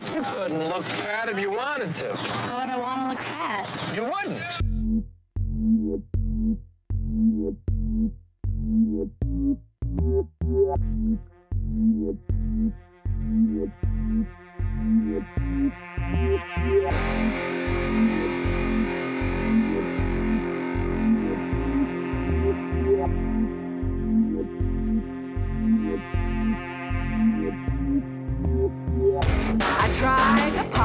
You couldn't look fat if you wanted to. Why would I want to look fat? You wouldn't. I tried the